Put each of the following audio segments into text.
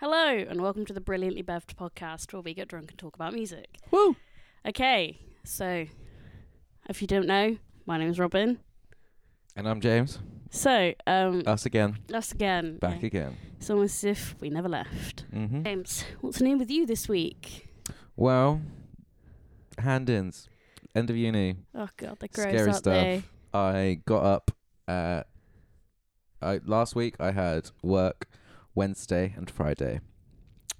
Hello, and welcome to the Brilliantly Beved podcast where we get drunk and talk about music. Woo! Okay, so if you don't know, my name is Robin. And I'm James. So, um, Us again. us again. Uh, Back Yeah. again. It's almost as if we never left. hmm James, what's new with you this week? Well, hand ins. End of uni. Oh, God, they're gross, Scary aren't stuff. they? I got up at. I, last week I had work Wednesday and Friday.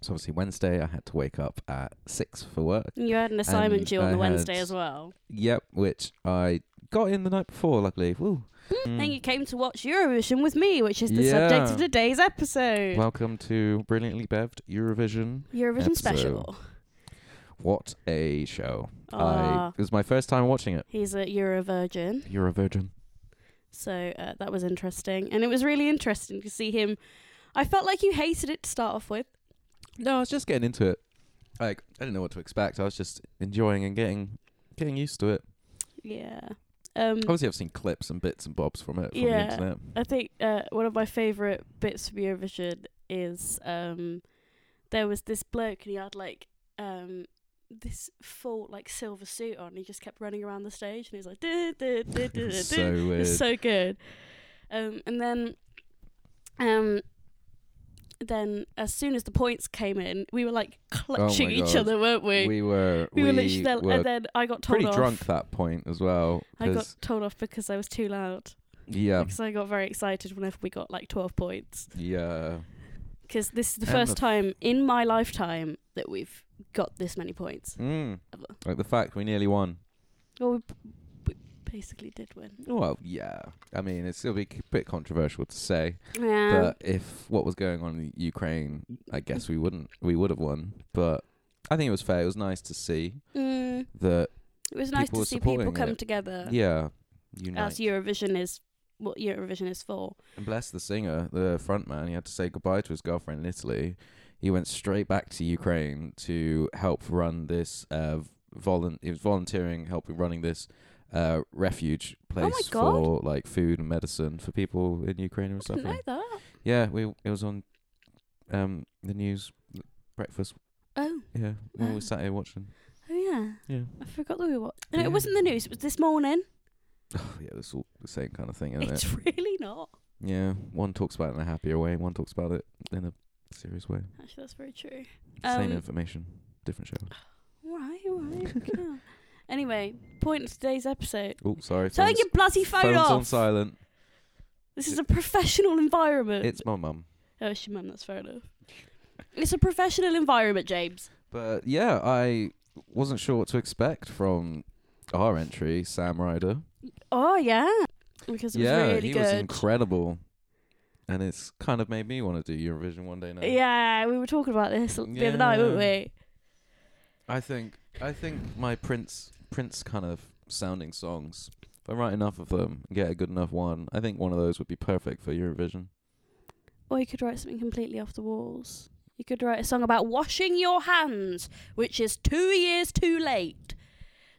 So obviously Wednesday I had to wake up at six for work. You had an assignment And due on I the Wednesday had- as well. Yep, which I got in the night before, luckily. Woo. Mm. Then Mm, you came to watch Eurovision with me, which is the Hmm. Yeah. subject of today's episode. Welcome to Brilliantly Beved Eurovision. Eurovision episode. special. What a show! I, Ah, it was my first time watching it. he's a Euro virgin. Eurovirgin. So uh, that was interesting. And it was really interesting to see him. I felt like you hated it to start off with. No, I was just getting into it. Like I didn't know what to expect. I was just enjoying and getting getting used to it. Yeah. Um, Obviously, I've seen clips and bits and bobs from it from Yeah. the internet. I think uh, one of my favourite bits from Eurovision is um, there was this bloke and he had like um, this full like silver suit on. He just kept running around the stage and he was like, duh, duh, duh, duh, It duh, was duh. so It weird. was so good. Um, and then, um, then as soon as the points came in, we were like clutching each Oh God. other, weren't we? we were We we, were literally, there, were and then I got told pretty off. drunk that point as well. I got 'cause- told off because I was too loud. yeah Because I got very excited whenever we got like twelve points. yeah Because this is the And first the- time in my lifetime that we've got this many points. mm. Ever. like the fact we nearly won. Well, we, we basically did win. Well, yeah. I mean, it's still a bit bit controversial to say, Yeah. but if what was going on in Ukraine, I guess we wouldn't we would have won. But I think it was fair. It was nice to see Mm, that. it was nice people to were see people supporting come it. together. yeah, unite. As Eurovision is what Eurovision is for. And bless the singer, the front man, he had to say goodbye to his girlfriend in Italy. He went straight back to Ukraine to help run this uh volun- he was volunteering, helping running this uh refuge Oh my place God. for like food and medicine for people in Ukraine who were Didn't know suffering. that. Yeah, we it was on um the news breakfast Oh, yeah, when we Oh. were sat here watching. oh yeah. Yeah. I forgot that we watched. No, Yeah. it wasn't the news. It was this morning. Oh yeah, it's all the same kind of thing, isn't It's it? really not. Yeah. One talks about it in a happier way, one talks about it in a serious way. Actually, that's very true. Same Um, information, different show. Right, right. yeah. Anyway, point of today's episode. Oh, sorry. Turn phone's- your bloody phone phone's off. on silent. This is a professional environment. It's my mum. oh, she mum, that's fair enough. It's a professional environment, James. But yeah, I wasn't sure what to expect from our entry, Sam Ryder. Oh yeah, because it was yeah, really he good. was incredible, and it's kind of made me want to do Eurovision one day now. Yeah, we were talking about this the other night, weren't Yeah. we? I think I think my Prince Prince kind of sounding songs. If I write enough of them and get a good enough one, I think one of those would be perfect for Eurovision. Or you could write something completely off the walls. You could write a song about washing your hands, which is two years too late.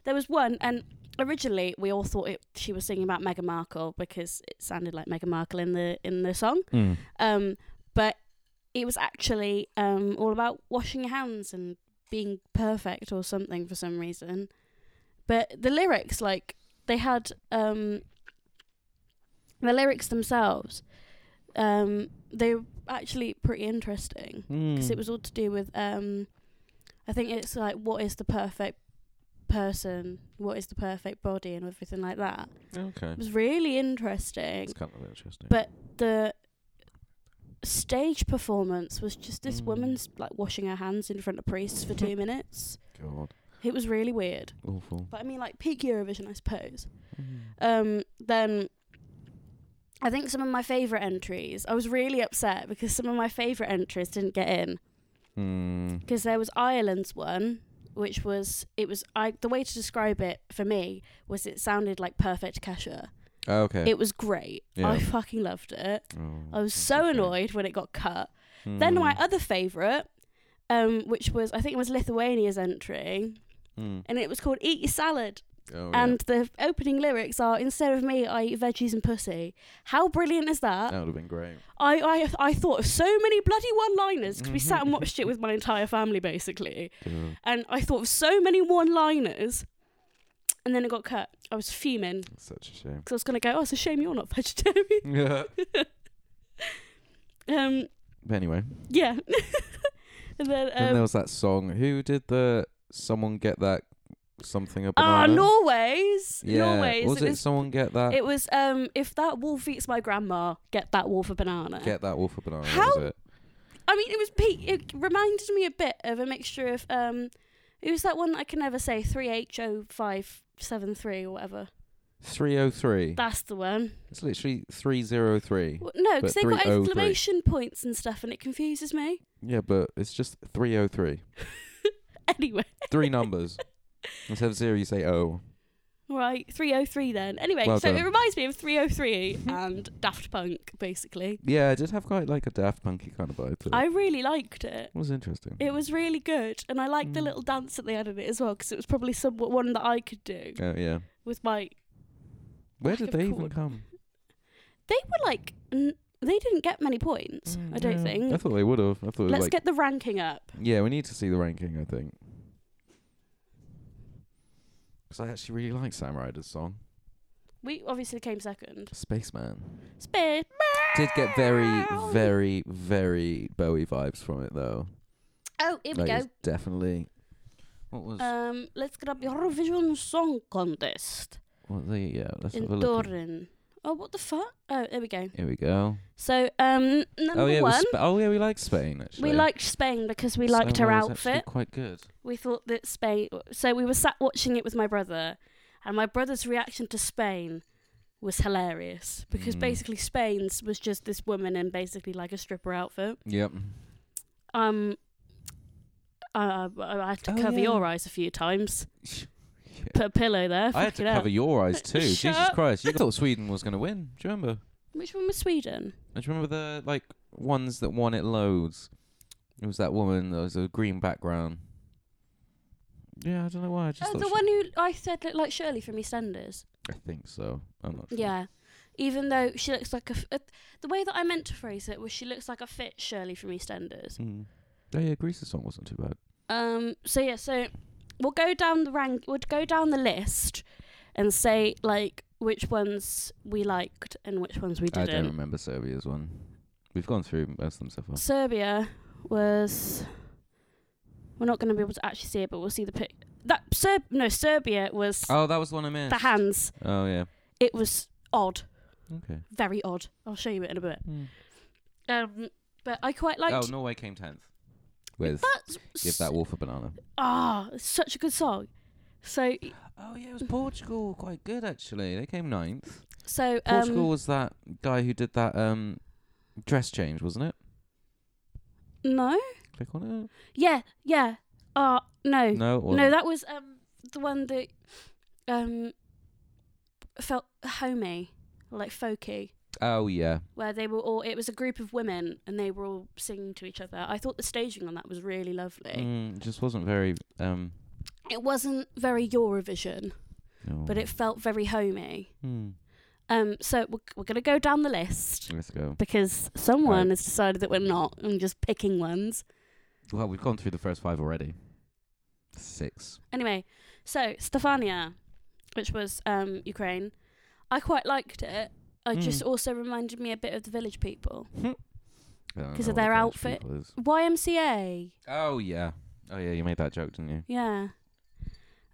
There was one, and originally we all thought it, she was singing about Meghan Markle because it sounded like Meghan Markle in the in the song. Um, but it was actually um, all about washing your hands and being perfect or something for some reason. But the lyrics, like they had um, the lyrics themselves, um, they were actually pretty interesting Hmm. because Uh, Mm. it was all to do with um, I think it's like what is the perfect person, what is the perfect body, and everything like that. okay. It was really interesting It's kind of interesting. but the stage performance was just this Mm. woman's like washing her hands in front of priests for two minutes. God, It was really weird. awful. But I mean, like peak Eurovision, I suppose. Mm. Um, then I think some of my favourite entries. I was really upset because some of my favourite entries didn't get in Mm. because there was Ireland's one. Which was it was I the way to describe it for me was it sounded like perfect Kesha. Okay. It was great. I Yeah. fucking loved it. Oh, I was that's so okay. annoyed when it got cut. Then my Mm, other favourite, um, which was I think it was Lithuania's entry, mm. and it was called "Eat Your Salad." Oh, and the opening lyrics are instead of me i eat veggies and pussy how brilliant is yeah. that that would have been great. I, I i thought of so many bloody one liners because we sat and Mhm. watched it with my entire family basically Yeah. and i thought of so many one liners and then it got cut i was fuming It's such a shame. because i was going to go oh it's a shame you're not vegetarian Yeah. um But anyway, yeah and then then there um was that song. Who did the someone get that something a ah banana? norway's Yeah. norway's Was it, it was someone get that it was um if that wolf eats my grandma get that wolf a banana get that wolf a banana? How- Was it? I mean, it was. pe- It reminded me a bit of a mixture of um, it was that one that I can never say three H O five seven three or whatever. Three oh three. That's the one. It's literally three zero three. Well, no, because But they've got 303. exclamation points and stuff, and it confuses me. Yeah, but it's just three oh three. Anyway, Three numbers instead of zero. You say oh. right, three o three then. Anyway, Well so done. it reminds me of three o three and Daft Punk, basically. Yeah, it did have quite like a Daft Punky kind of vibe. To it. I really liked it. it was interesting. It was really good, and I liked the Mm. little dance that they had in it as well, because it was probably some one that I could do Oh yeah. with my Where Lack did of they even chord. come? were like n- they didn't get many points. I don't Yeah. think. Mm. I thought they would have. I thought it was Let's like get the ranking up. Yeah, we need to see the ranking, I think. Because I actually really like Sam Ryder's song, We obviously came second. Spaceman. Space. Did get very, Meow. very, very Bowie vibes from it, though. Oh, here we Like, go. it's definitely. What was. Um, let's get up the Eurovision Song Contest what the, yeah, let's have a in look. at- Doran. Oh, what the fuck? Oh, there we go. Here we go. So, um, number oh, yeah, it was one, Spa- oh, yeah, we liked Spain, actually. we liked Spain because we liked Spain her was actually outfit. quite good. We thought that Spain. So we were sat watching it with my brother, and my brother's reaction to Spain was hilarious because Mm. basically Spain's was just this woman in basically like a stripper outfit. Yep. Um, uh, I had to Oh, cover yeah. your eyes a few times. Yeah. Put a pillow there. I had to fucking hell. cover your eyes, too. Jesus Shut Christ. You thought Sweden was going to win. Do you remember? Which one was Sweden? I just remember the like ones that won it loads. It was that woman that was a green background. Yeah, I don't know why. I just Oh, thought the she- one who I said looked like Shirley from EastEnders. I think so. I'm not sure. Yeah. Even though she looks like a, f- a- the way that I meant to phrase it was she looks like a fit Shirley from EastEnders. Mm. Oh yeah, Greece's song wasn't too bad. Um. So yeah. So we'll go down the rank. We'll go down the list, and say like which ones we liked and which ones we I don't didn't. remember Serbia's one. We've gone through most of them so far. Serbia was. We're not going to be able to actually see it, but we'll see the pic. That Serb no Serbia was Oh, that was the one I missed. the hands. Oh yeah. It was odd, Okay. very odd. I'll show you it in a bit. Um, but I quite liked. oh, Norway came tenth. With That's give that wolf a banana. ah, it's such a good song. So Oh yeah, it was Portugal. Quite good actually. They came ninth. so Portugal um was that guy who did that um dress change, wasn't it? um, no Click on it. yeah yeah ah no no, No, it wasn't. that was um the one that um felt homey like folky Oh yeah, where they were all it was a group of women and they were all singing to each other i thought the staging on that was really lovely mm, just wasn't very. Um, it wasn't very eurovision no. but it felt very homey Mm. um so we're, we're gonna go down the list Let's go. because someone Right. has decided that we're not and just picking ones Well, we've gone through the first five already. Six. Anyway, so Stefania, which was um, Ukraine, I quite liked it. I Mm. just also reminded me a bit of the village people. I don't 'Cause know of what their French outfit. people is. YMCA, Oh yeah. Oh yeah. You made that joke, didn't you? yeah.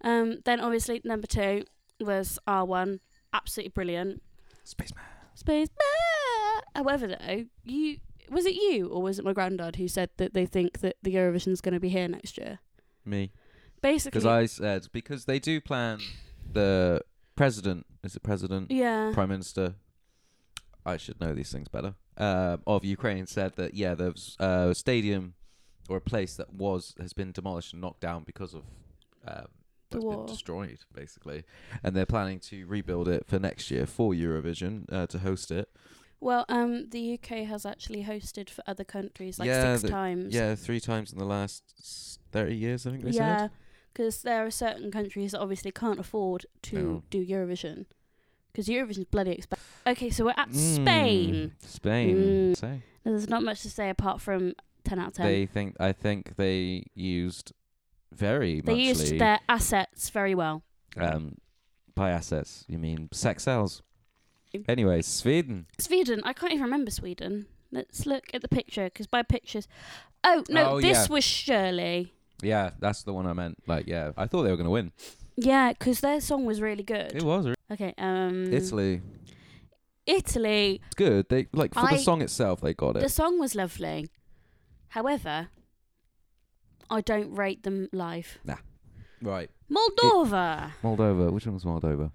Um, then obviously number two was R1, absolutely brilliant. Spaceman. Space. However, though, you was it you or was it my granddad who said that they think that the Eurovision's going to be here next year? Me. Because Basically, I said because they do plan the president. Is it president? yeah. Prime Minister. I should know these things better. Um, of Ukraine said that yeah, there's uh, a stadium or a place that was has been demolished and knocked down because of um, The that's been war. destroyed basically, and they're planning to rebuild it for next year for Eurovision uh, to host it. Well, um, the UK has actually hosted for other countries like Yeah, six the- times. Yeah, three times in the last s- thirty years, I think they yeah, said. because there are certain countries that obviously can't afford to No. do Eurovision because Eurovision's bloody expensive. Okay, so we're at Mm, Spain. Spain. Mm. Say. There's not much to say apart from 10 out of 10. They think I think they used very They muchly used their assets very well. um by assets. You mean sex cells. Anyway, Sweden. Sweden, I can't even remember Sweden. Let's look at the picture because by pictures. Oh, no, Oh, this yeah. was Shirley. Yeah, that's the one I meant. Like, yeah, I thought they were gonna win. Yeah, because their song was really good. It was re- okay, um. Italy. Italy. It's good. They like for I- the song itself, they got The it. song was lovely. However, I don't rate them live. Right, Moldova. Moldova. Which one was Moldova?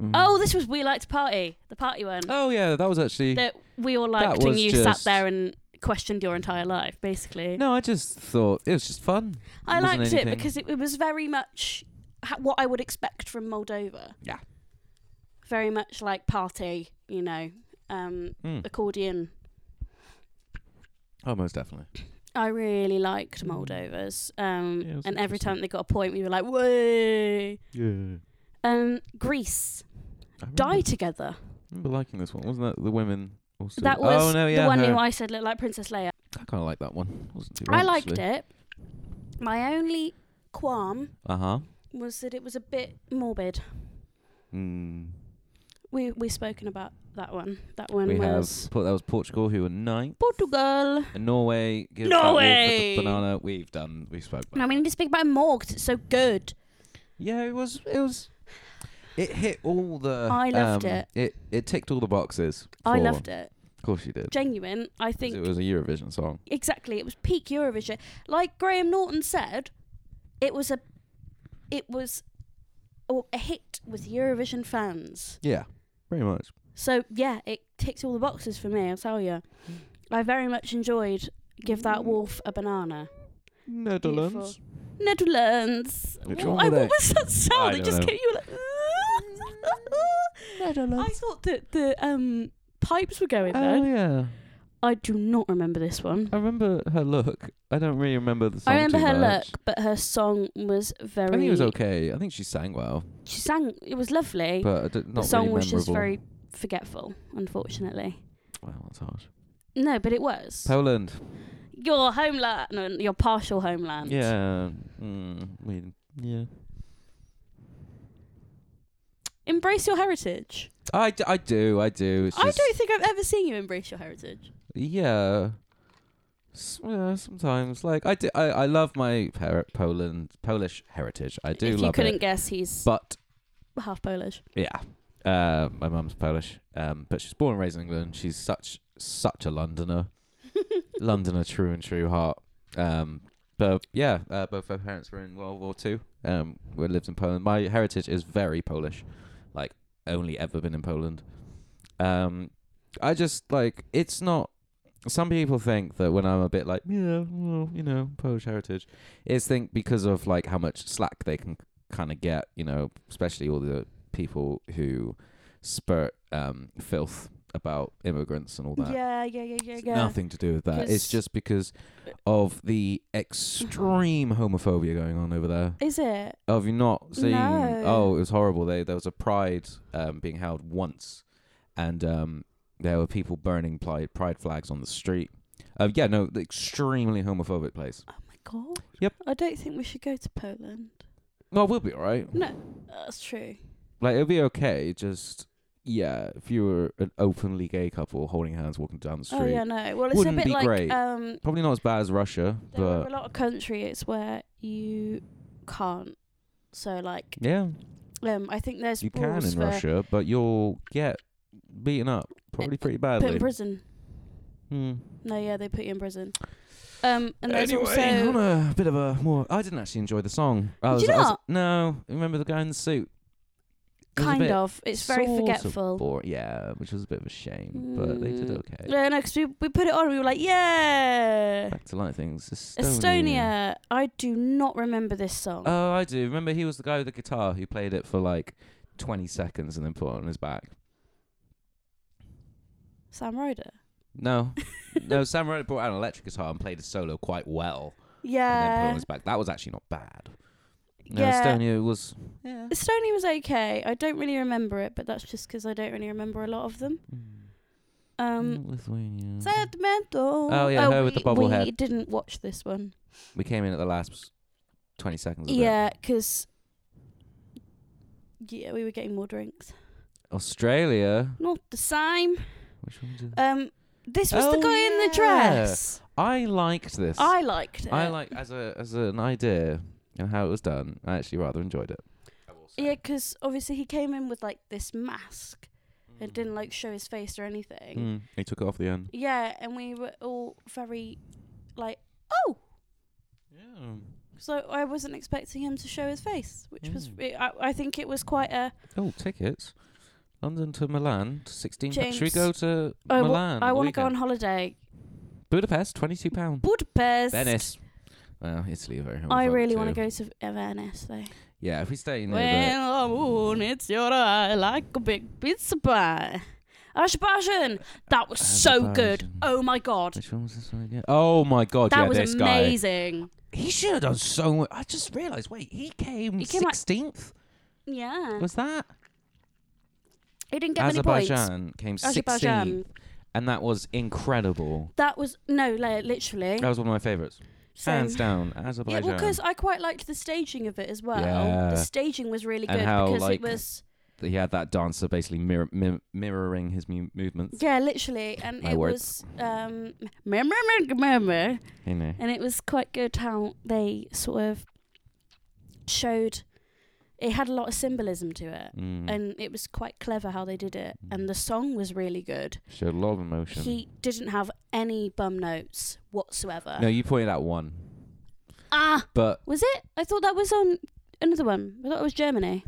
Mm. Oh, this was We Like to Party, the party one Oh yeah, that was actually. that we all liked, was and you sat just- there and questioned your entire life, basically. No, I just thought it was just fun. I wasn't liked anything- it because it, it was very much ha- what I would expect from Moldova. Yeah. Very much like party, you know, um, Mm. accordion. Oh, most definitely. I really liked Moldova's, um, Hmm. Yeah, it was and every interesting. time they got a point, we were like, "Way!" Yeah. Um, Greece I remember, die together. remember liking this one. Wasn't that the women? Also? That was oh, no, yeah, the one her. who I said looked like Princess Leia. I kind of like that one. Wasn't too I liked it. My only qualm Uh huh. was that it was a bit morbid. Mm. We we've spoken about that one. That one We have was Por- that was Portugal who were ninth. Portugal. And Norway. Give Norway! That war for the banana. We've done. We spoke. About Now we need to speak about more 'cause it's so good. Yeah, it was. It was. It hit all the. I loved um, it. It it ticked all the boxes. I loved it. Of course you did. 'cause Genuine. I think it was a Eurovision song. exactly. It was peak Eurovision. Like Graham Norton said, it was a it was a, a hit with Eurovision fans. Yeah, pretty much. So yeah, it ticks all the boxes for me. I'll tell you. I very much enjoyed give that wolf a banana. Netherlands. Netherlands. Which Wha- one were I- they? what was that I sound? It don't just know. came. You were like. I Netherlands. thought that the um pipes were going Oh there. yeah, I do not remember this one. I remember her look. I don't really remember the song. I remember too her much. look, but her song was very. I think it was okay. I think she sang well, She sang. It was lovely. but I don't- not the song really was memorable. just very forgetful, unfortunately. Wow, that's harsh. No, but it was Poland. your homeland, no, your partial homeland. Yeah. Mm, we, yeah. Embrace your heritage. I, d- I do. I do. It's I just- don't think I've ever seen you embrace your heritage. Yeah. S- yeah, sometimes like I do, I, I love my her- Poland Polish heritage. I do if you love couldn't it, guess, he's but half Polish. yeah, uh, my mum's Polish, um, but she's born and raised in England. She's such such a Londoner, Londoner true and true heart. Um, but yeah, uh, both her parents were in World War Two. Um, we lived in Poland. My heritage is very Polish, like only ever been in Poland. Um, I just like it's not. Some people think that when I'm a bit like yeah, well, you know, Polish heritage, it's think because of like how much slack they can kind of get, you know, especially all the people who spurt um, filth about immigrants and all that. Yeah, yeah, yeah, yeah, It's yeah. Nothing to do with that. It's 'Cause- just because of the extreme homophobia going on over there. Is it? Oh, have you not seen? No. Oh, it was horrible. They, there was a pride um, being held once, and um, there were people burning pride, pride flags on the street. Uh, yeah, no, the extremely homophobic place. Oh my god. Yep. I don't think we should go to Poland. Well, we'll be all right. No, that's true. Like it'll be okay. Just yeah, if you were an openly gay couple holding hands walking down the street, Oh yeah, no. Well, it's Wouldn't a bit be like great, um, probably not as bad as Russia, there are but a lot of countries where you can't. So like, yeah, um, I think there's you can rules in for Russia, but you'll get beaten up probably pretty put badly. in prison. Hmm. No, yeah, they put you in prison. Um, and there's anyway, also on a bit of a more. I didn't actually enjoy the song. I Did was, you I was- not? no, remember the guy in the suit? It was a kind bit of. It's very sort of forgetful. bore- yeah, which was a bit of a shame, but they did Mm. okay. Yeah, no, 'cause we, we put it on. We were like, yeah, Back to light things. Estonia. Estonia. I do not remember this song. Oh, I do. Remember, he was the guy with the guitar who played it for like 20 seconds and then put it on his back. Sam Ryder. No, no, Sam Ryder brought out an electric guitar and played a solo quite well. and then put on Yeah. his back. That was actually not bad. No, Yeah. Estonia was. Yeah. Estonia was okay. I don't really remember it, but that's just because I don't really remember a lot of them. Um, Mm, Lithuania. sentimental. Oh, yeah, her with the we- bobble we head. didn't watch this one. We came in at the last twenty seconds. Of it. Yeah, 'cause yeah, we were getting more drinks. Australia. Not the same. Which one did Um, this was the Oh, guy in the yeah. dress. I liked this. I liked it. I like as a as an idea and how it was done. I actually rather enjoyed it. Yeah, 'cause obviously he came in with like this mask and didn't like show his face or anything. Mm, he took it off the end. Yeah, and we were all very like, oh, Yeah. so I wasn't expecting him to show his face, which was Mm. re- I, I think it was quite a Oh, tickets. London to Milan, to sixteen. pa- Should we James, go to I wa- Milan? "Oh, I the want to go on weekend? holiday. Budapest, twenty-two pound. Budapest. Venice. Well, Italy, are very. home I front really want too. to go to Venice though. Yeah, if we stay near there. Well, the moon hits your eye like a big pizza pie. Azerbaijan. That was so good. Azerbaijan. Oh my god. Which one was this one again? Oh my god! That yeah, was this guy. amazing. He should have done so much. I just realised. Wait, he came He came, like- sixteenth. Yeah. was that He didn't get many points. Azerbaijan came Azerbaijan. sixteenth, and that was incredible. That was no, li- literally. That was one of my favorites, Same. hands down. Yeah, Azerbaijan. well, because I quite liked the staging of it as well. Yeah. The staging was really And good how, because like- it was, he had that dancer basically mirror, mir- mirroring his mu- movements. yeah, literally, and My it words. was, um, meh, meh, meh, meh, meh. You know. and it was quite good how they sort of showed. It had a lot of symbolism to it, Mm. and it was quite clever how they did it. And the song was really good. showed a lot of emotion. He uh, didn't have any bum notes whatsoever. no, you pointed out one, Ah, but was it? I thought that was on another one. I thought it was Germany.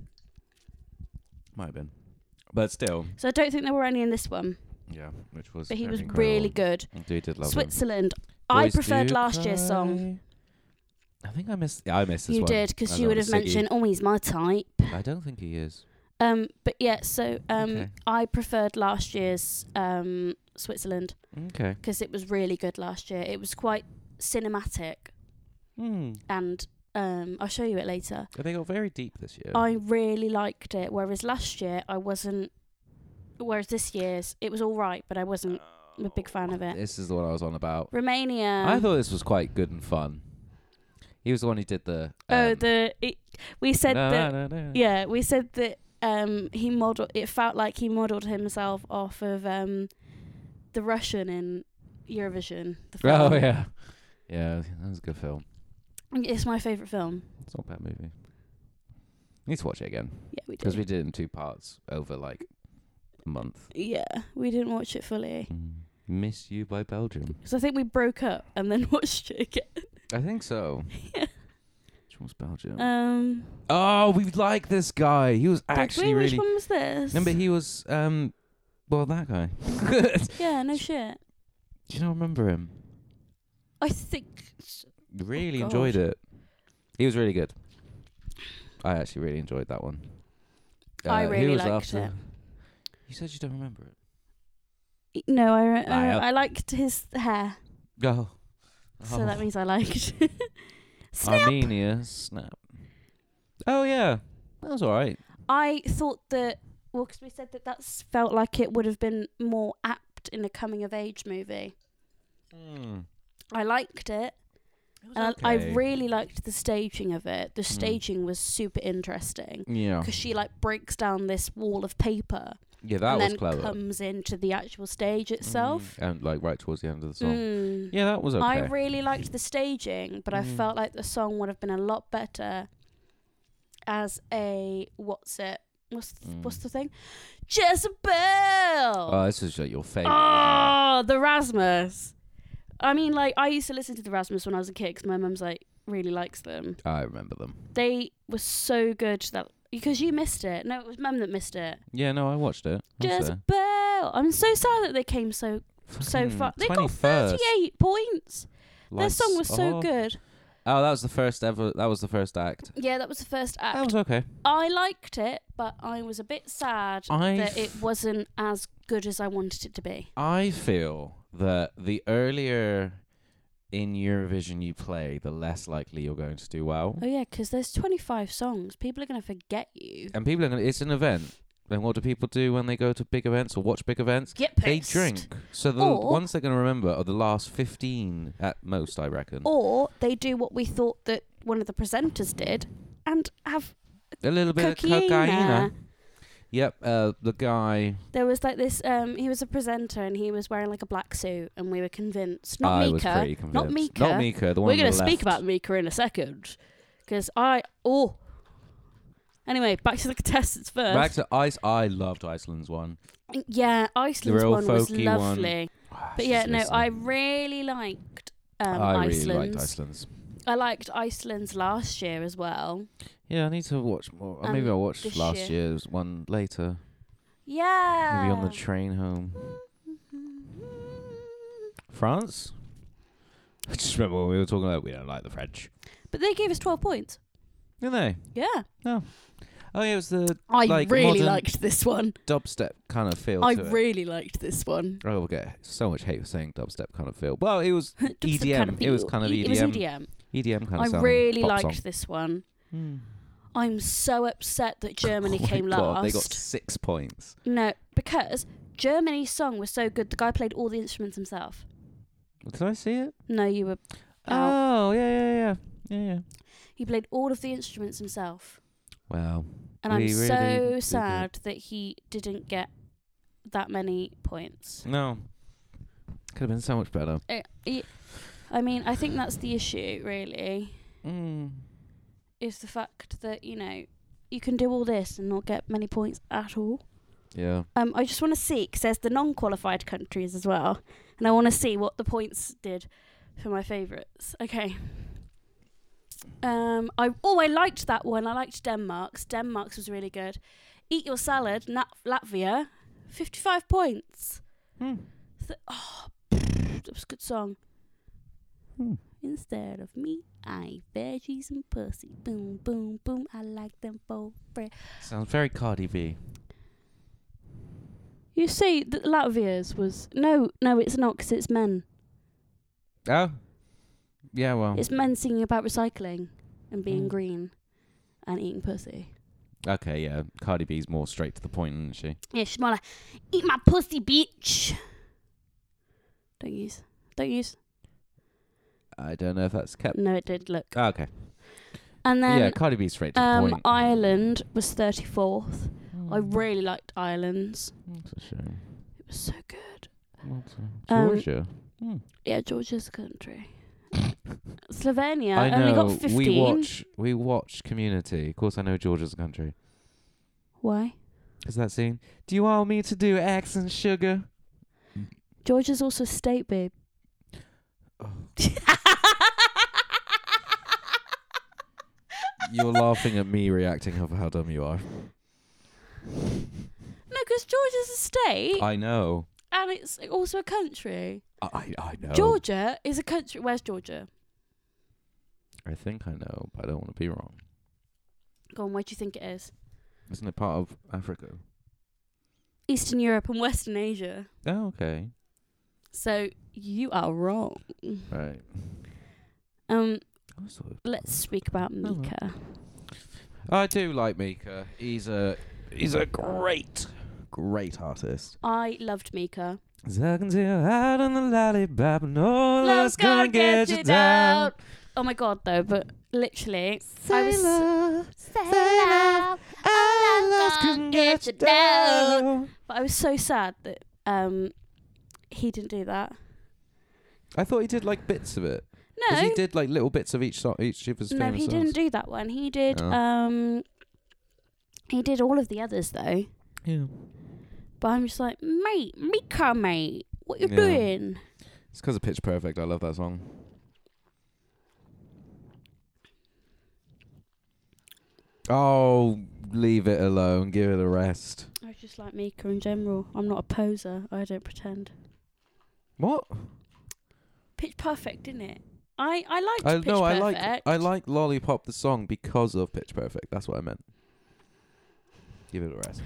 might have been. But still, So I don't think there were any in this one. yeah, which was. But he very was incredible. really good. Dude did love him. Switzerland. I Boys preferred Do last year's song. Cry. I think I missed. Yeah, I missed this You one. did I because you know would it's have Ziggy. mentioned, "Oh, he's my type." I don't think he is. Um, but yeah, so um, Okay. I preferred last year's um Switzerland Okay. because it was really good last year. It was quite cinematic, Mm. and um, I'll show you it later. They got very deep this year. I really liked it, whereas last year I wasn't. Whereas this year's, it was all right, but I wasn't a big fan of it. This is the one I was on about. Romania. Uh, I thought this was quite good and fun. He was the one who did the. oh, um, the it, we said na- that na- na- na. Yeah, we said that um, he model. It felt like he modelled himself off of um, the Russian in Eurovision. The film. Oh yeah, yeah. That was a good film. it's my favourite film. It's not a bad movie. Need to watch it again Yeah, we because did. we did it in two parts over like a month. yeah, we didn't watch it fully Miss You by Belgium. because I think we broke up and then watched it again. I think so. Yeah. Which one's Belgium? Um, oh, we like this guy. He was did actually we? really. which one was this? Remember, he was um, well, that guy. yeah, no shit. Do you not remember him? I think. s- Really God. enjoyed it. He was really good. I actually really enjoyed that one. Uh, I who really was liked it. You said you don't remember it. No, I re- I, Liar. I liked his hair, Oh. so that Oh. means I liked. Snap. Armenia snap. Oh yeah, that was all right. I thought that well, 'cause we said that that felt like it would have been more apt in a coming of age movie. Hmm. I liked it, and I, I really liked the staging of it. Hmm. The staging was super interesting yeah because she like breaks down this wall of paper yeah that and was then clever. comes into the actual stage itself. Mm. and like right towards the end of the song. Mm. Yeah, that was okay. I really liked the staging, but I Mm. felt like the song would have been a lot better as a what's it? What's th- what's Mm. the thing? Jezebel. oh, this is like your favorite. Oh, the Rasmus. I mean, like I used to listen to the Rasmus when I was a kid 'cause my mum's like really likes them. I remember them. They were so good that because you missed it. No, it was mum that missed it. Yeah, no, I watched it. I was Jezebel. I'm so sad that they came so there. so far. They Fucking got 21st. 38 points. Lights Their song was so off. good. Oh, that was the first ever. That was the first act. Yeah, that was the first act. That was okay. I liked it, but I was a bit sad I that it f- wasn't as good as I wanted it to be. I feel that the earlier in Eurovision you play, the less likely you're going to do well. Oh yeah, because there's 25 songs. People are gonna forget you. And people, are gonna, it's an event. And what do people do when they go to big events or watch big events? Get They pissed. drink. So the Or- ones they're going to remember are the last 15 at most, I reckon. Or they do what we thought that one of the presenters did, and have a little bit cocaine. of cocaine. Yep, uh, the guy. There was like this. Um, he was a presenter, and he was wearing like a black suit, and we were convinced. Not I was Mika. pretty convinced. Not Mika. Not Mika. The one We're going to speak about Mika in a second, because I oh. Anyway, back to the contestants first. Back to Ice. I loved Iceland's one. yeah, Iceland's real one was folky one. lovely. Ah, But yeah, no, I really liked um, I really Iceland. liked Iceland's. I liked Iceland's last year as well. Yeah, I need to watch more. Uh, Um, Maybe I'll watch this last year. year's one later. Yeah. Maybe on the train home. France? I just remember when we were talking about we don't like the French. But they gave us 12 points. Didn't they? Yeah. Oh, yeah, it was the I Like really modern- liked this one. dubstep kind of feel I to it. Oh, really liked this one. I will get so much hate for saying dubstep kind of feel. Well, it was Dubstep EDM. It was feel. kind of E- It was EDM. EDM. EDM kind of I sounding really pop liked song. this one. Hmm. I'm so upset that Germany Oh my came God, last. They got six points. No, because Germany's song was so good. The guy played all the instruments himself. Did I see it? No, you were. out. Oh, yeah, yeah, yeah. Yeah, yeah. He played all of the instruments himself. Wow. And I'm We really did so good. sad that he didn't get that many points. No. Could have been so much better. I- I I mean, I think that's the issue, really, Mm. is the fact that, you know, you can do all this and not get many points at all. Yeah. Um, I just want to see, because there's the non qualified countries as well, and I want to see what the points did for my favourites. Okay. Um, I oh I liked that one. I liked Denmark's. Denmark's was really good. Eat your salad, Nat- Latvia, fifty-five points. Hmm. Th- oh, that was a good song. Hmm. Instead of meat, I eat veggies and pussy. Boom, boom, boom. I like them both. Bread. Sounds very Cardi B. You see, the Latvia's was no, no, it's not because it's men. Oh. Yeah, well. It's men singing about recycling and being Mm. green and eating pussy. Okay, yeah. Cardi B's more straight to the point, isn't she? Yeah, she's more like, eat my pussy, bitch. Don't use. Don't use. I don't know if that's kept. No, it did look. Oh, okay. And Uh, yeah, then Cardi B's straight to the um, point. Ireland was 34th. I Mm. really liked Ireland's. That's a shame. It was so good. That's a- Um, Georgia. Hmm. Yeah, Georgia's a country. Slovenia I only know. got 15. We watch. We watch Community. Of course, I know Georgia's a country. Why? Is that scene? Do you want me to do X and sugar? Georgia's also a state, babe. You're laughing at me reacting of how dumb you are. No, because Georgia's a state I know. and it's also a country. I I know. Georgia is a country. Where's Georgia? I think I know, but I don't want to be wrong. Go on, where do you think it is? Isn't it part of Africa? Eastern Europe and Western Asia. Oh, okay. So you are wrong. Right. Um, I sort of- let's speak about well. Mika. I do like Mika. He's a he's a great great artist. I loved Mika. Second to out on the lollipop, no Love's gonna get you down. Oh my god, though, but literally, I was. love's gonna get you down. But I was so sad that um, he didn't do that. I thought he did like bits of it. No, Because he did like little bits of each song, each of his no, he famous songs. didn't do that one. He did. Oh. Um, he did all of the others though. But I'm just like, mate, Mika, mate, what you Yeah. doing? It's because of Pitch Perfect. I love that song. Oh, leave it alone. Give it a rest. I just like Mika in general. I'm not a poser. I don't pretend. What? Pitch Perfect, didn't it? I I liked I Pitch no, I Perfect. like I like Lollipop the song because of Pitch Perfect. That's what I meant. Give it a rest.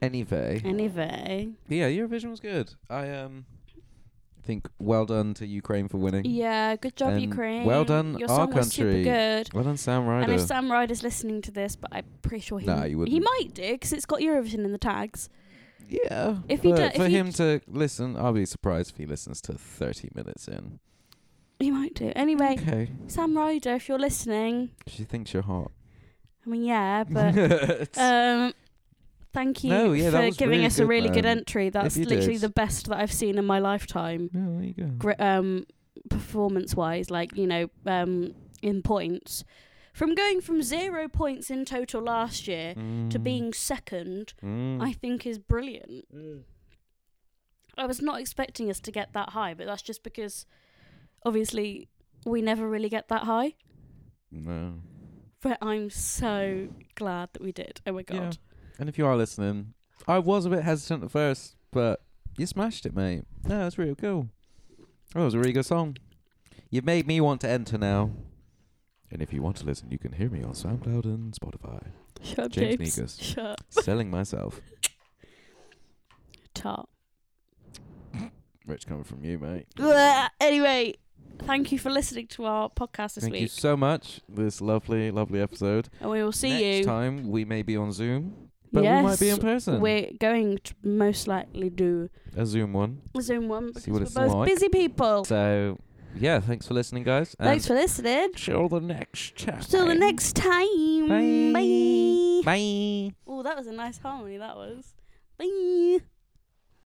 Anyway, Anyway, yeah, Eurovision was good. I um, think well done to Ukraine for winning. Yeah, good job, And Ukraine. well done, Your our song was super country. good. Well done, Sam Ryder. And if Sam Ryder's listening to this, but I'm pretty sure he Nah, he wouldn't. might do because it's got Eurovision in the tags. yeah. if he but do- if for he- him to listen, I'll be surprised if he listens to 30 minutes in. He might do. Anyway, Okay. Sam Ryder, if you're listening, She thinks you're hot. I mean, yeah, but um, thank you No, yeah, that for was giving really us a good, really good man. entry. That's you literally did. the best that I've seen in my lifetime, no, there you go. Gr- um, performance-wise. Like you know, um, in points, from going from zero points in total last year to Mm. being second Mm. I think is brilliant. I was not expecting us to get that high, but that's just because obviously we never really get that high. No. But I'm so glad that we did. Oh my god. Yeah. And if you are listening, I was a bit hesitant at first, but you smashed it, mate. No, it's real cool. Oh, That was a really good song. You've made me want to enter now. And if you want to listen, you can hear me on SoundCloud and Spotify. Shut up, James James. Negus. Shut up. Selling myself. Tart. Rich coming from you, mate. Blah. Anyway, thank you for listening to our podcast this Thank week. you so much. for This lovely, lovely episode. and we will see Next you. time we may be on Zoom, but yes, we might be in person. We're going to most likely do a Zoom one. a Zoom one See because what we're it's both like. busy people. So, uh, yeah, thanks for listening, guys. And Thanks for listening. till the next chat. Till the next time. Bye. Bye. Bye. Oh, that was a nice harmony, that was. Bye.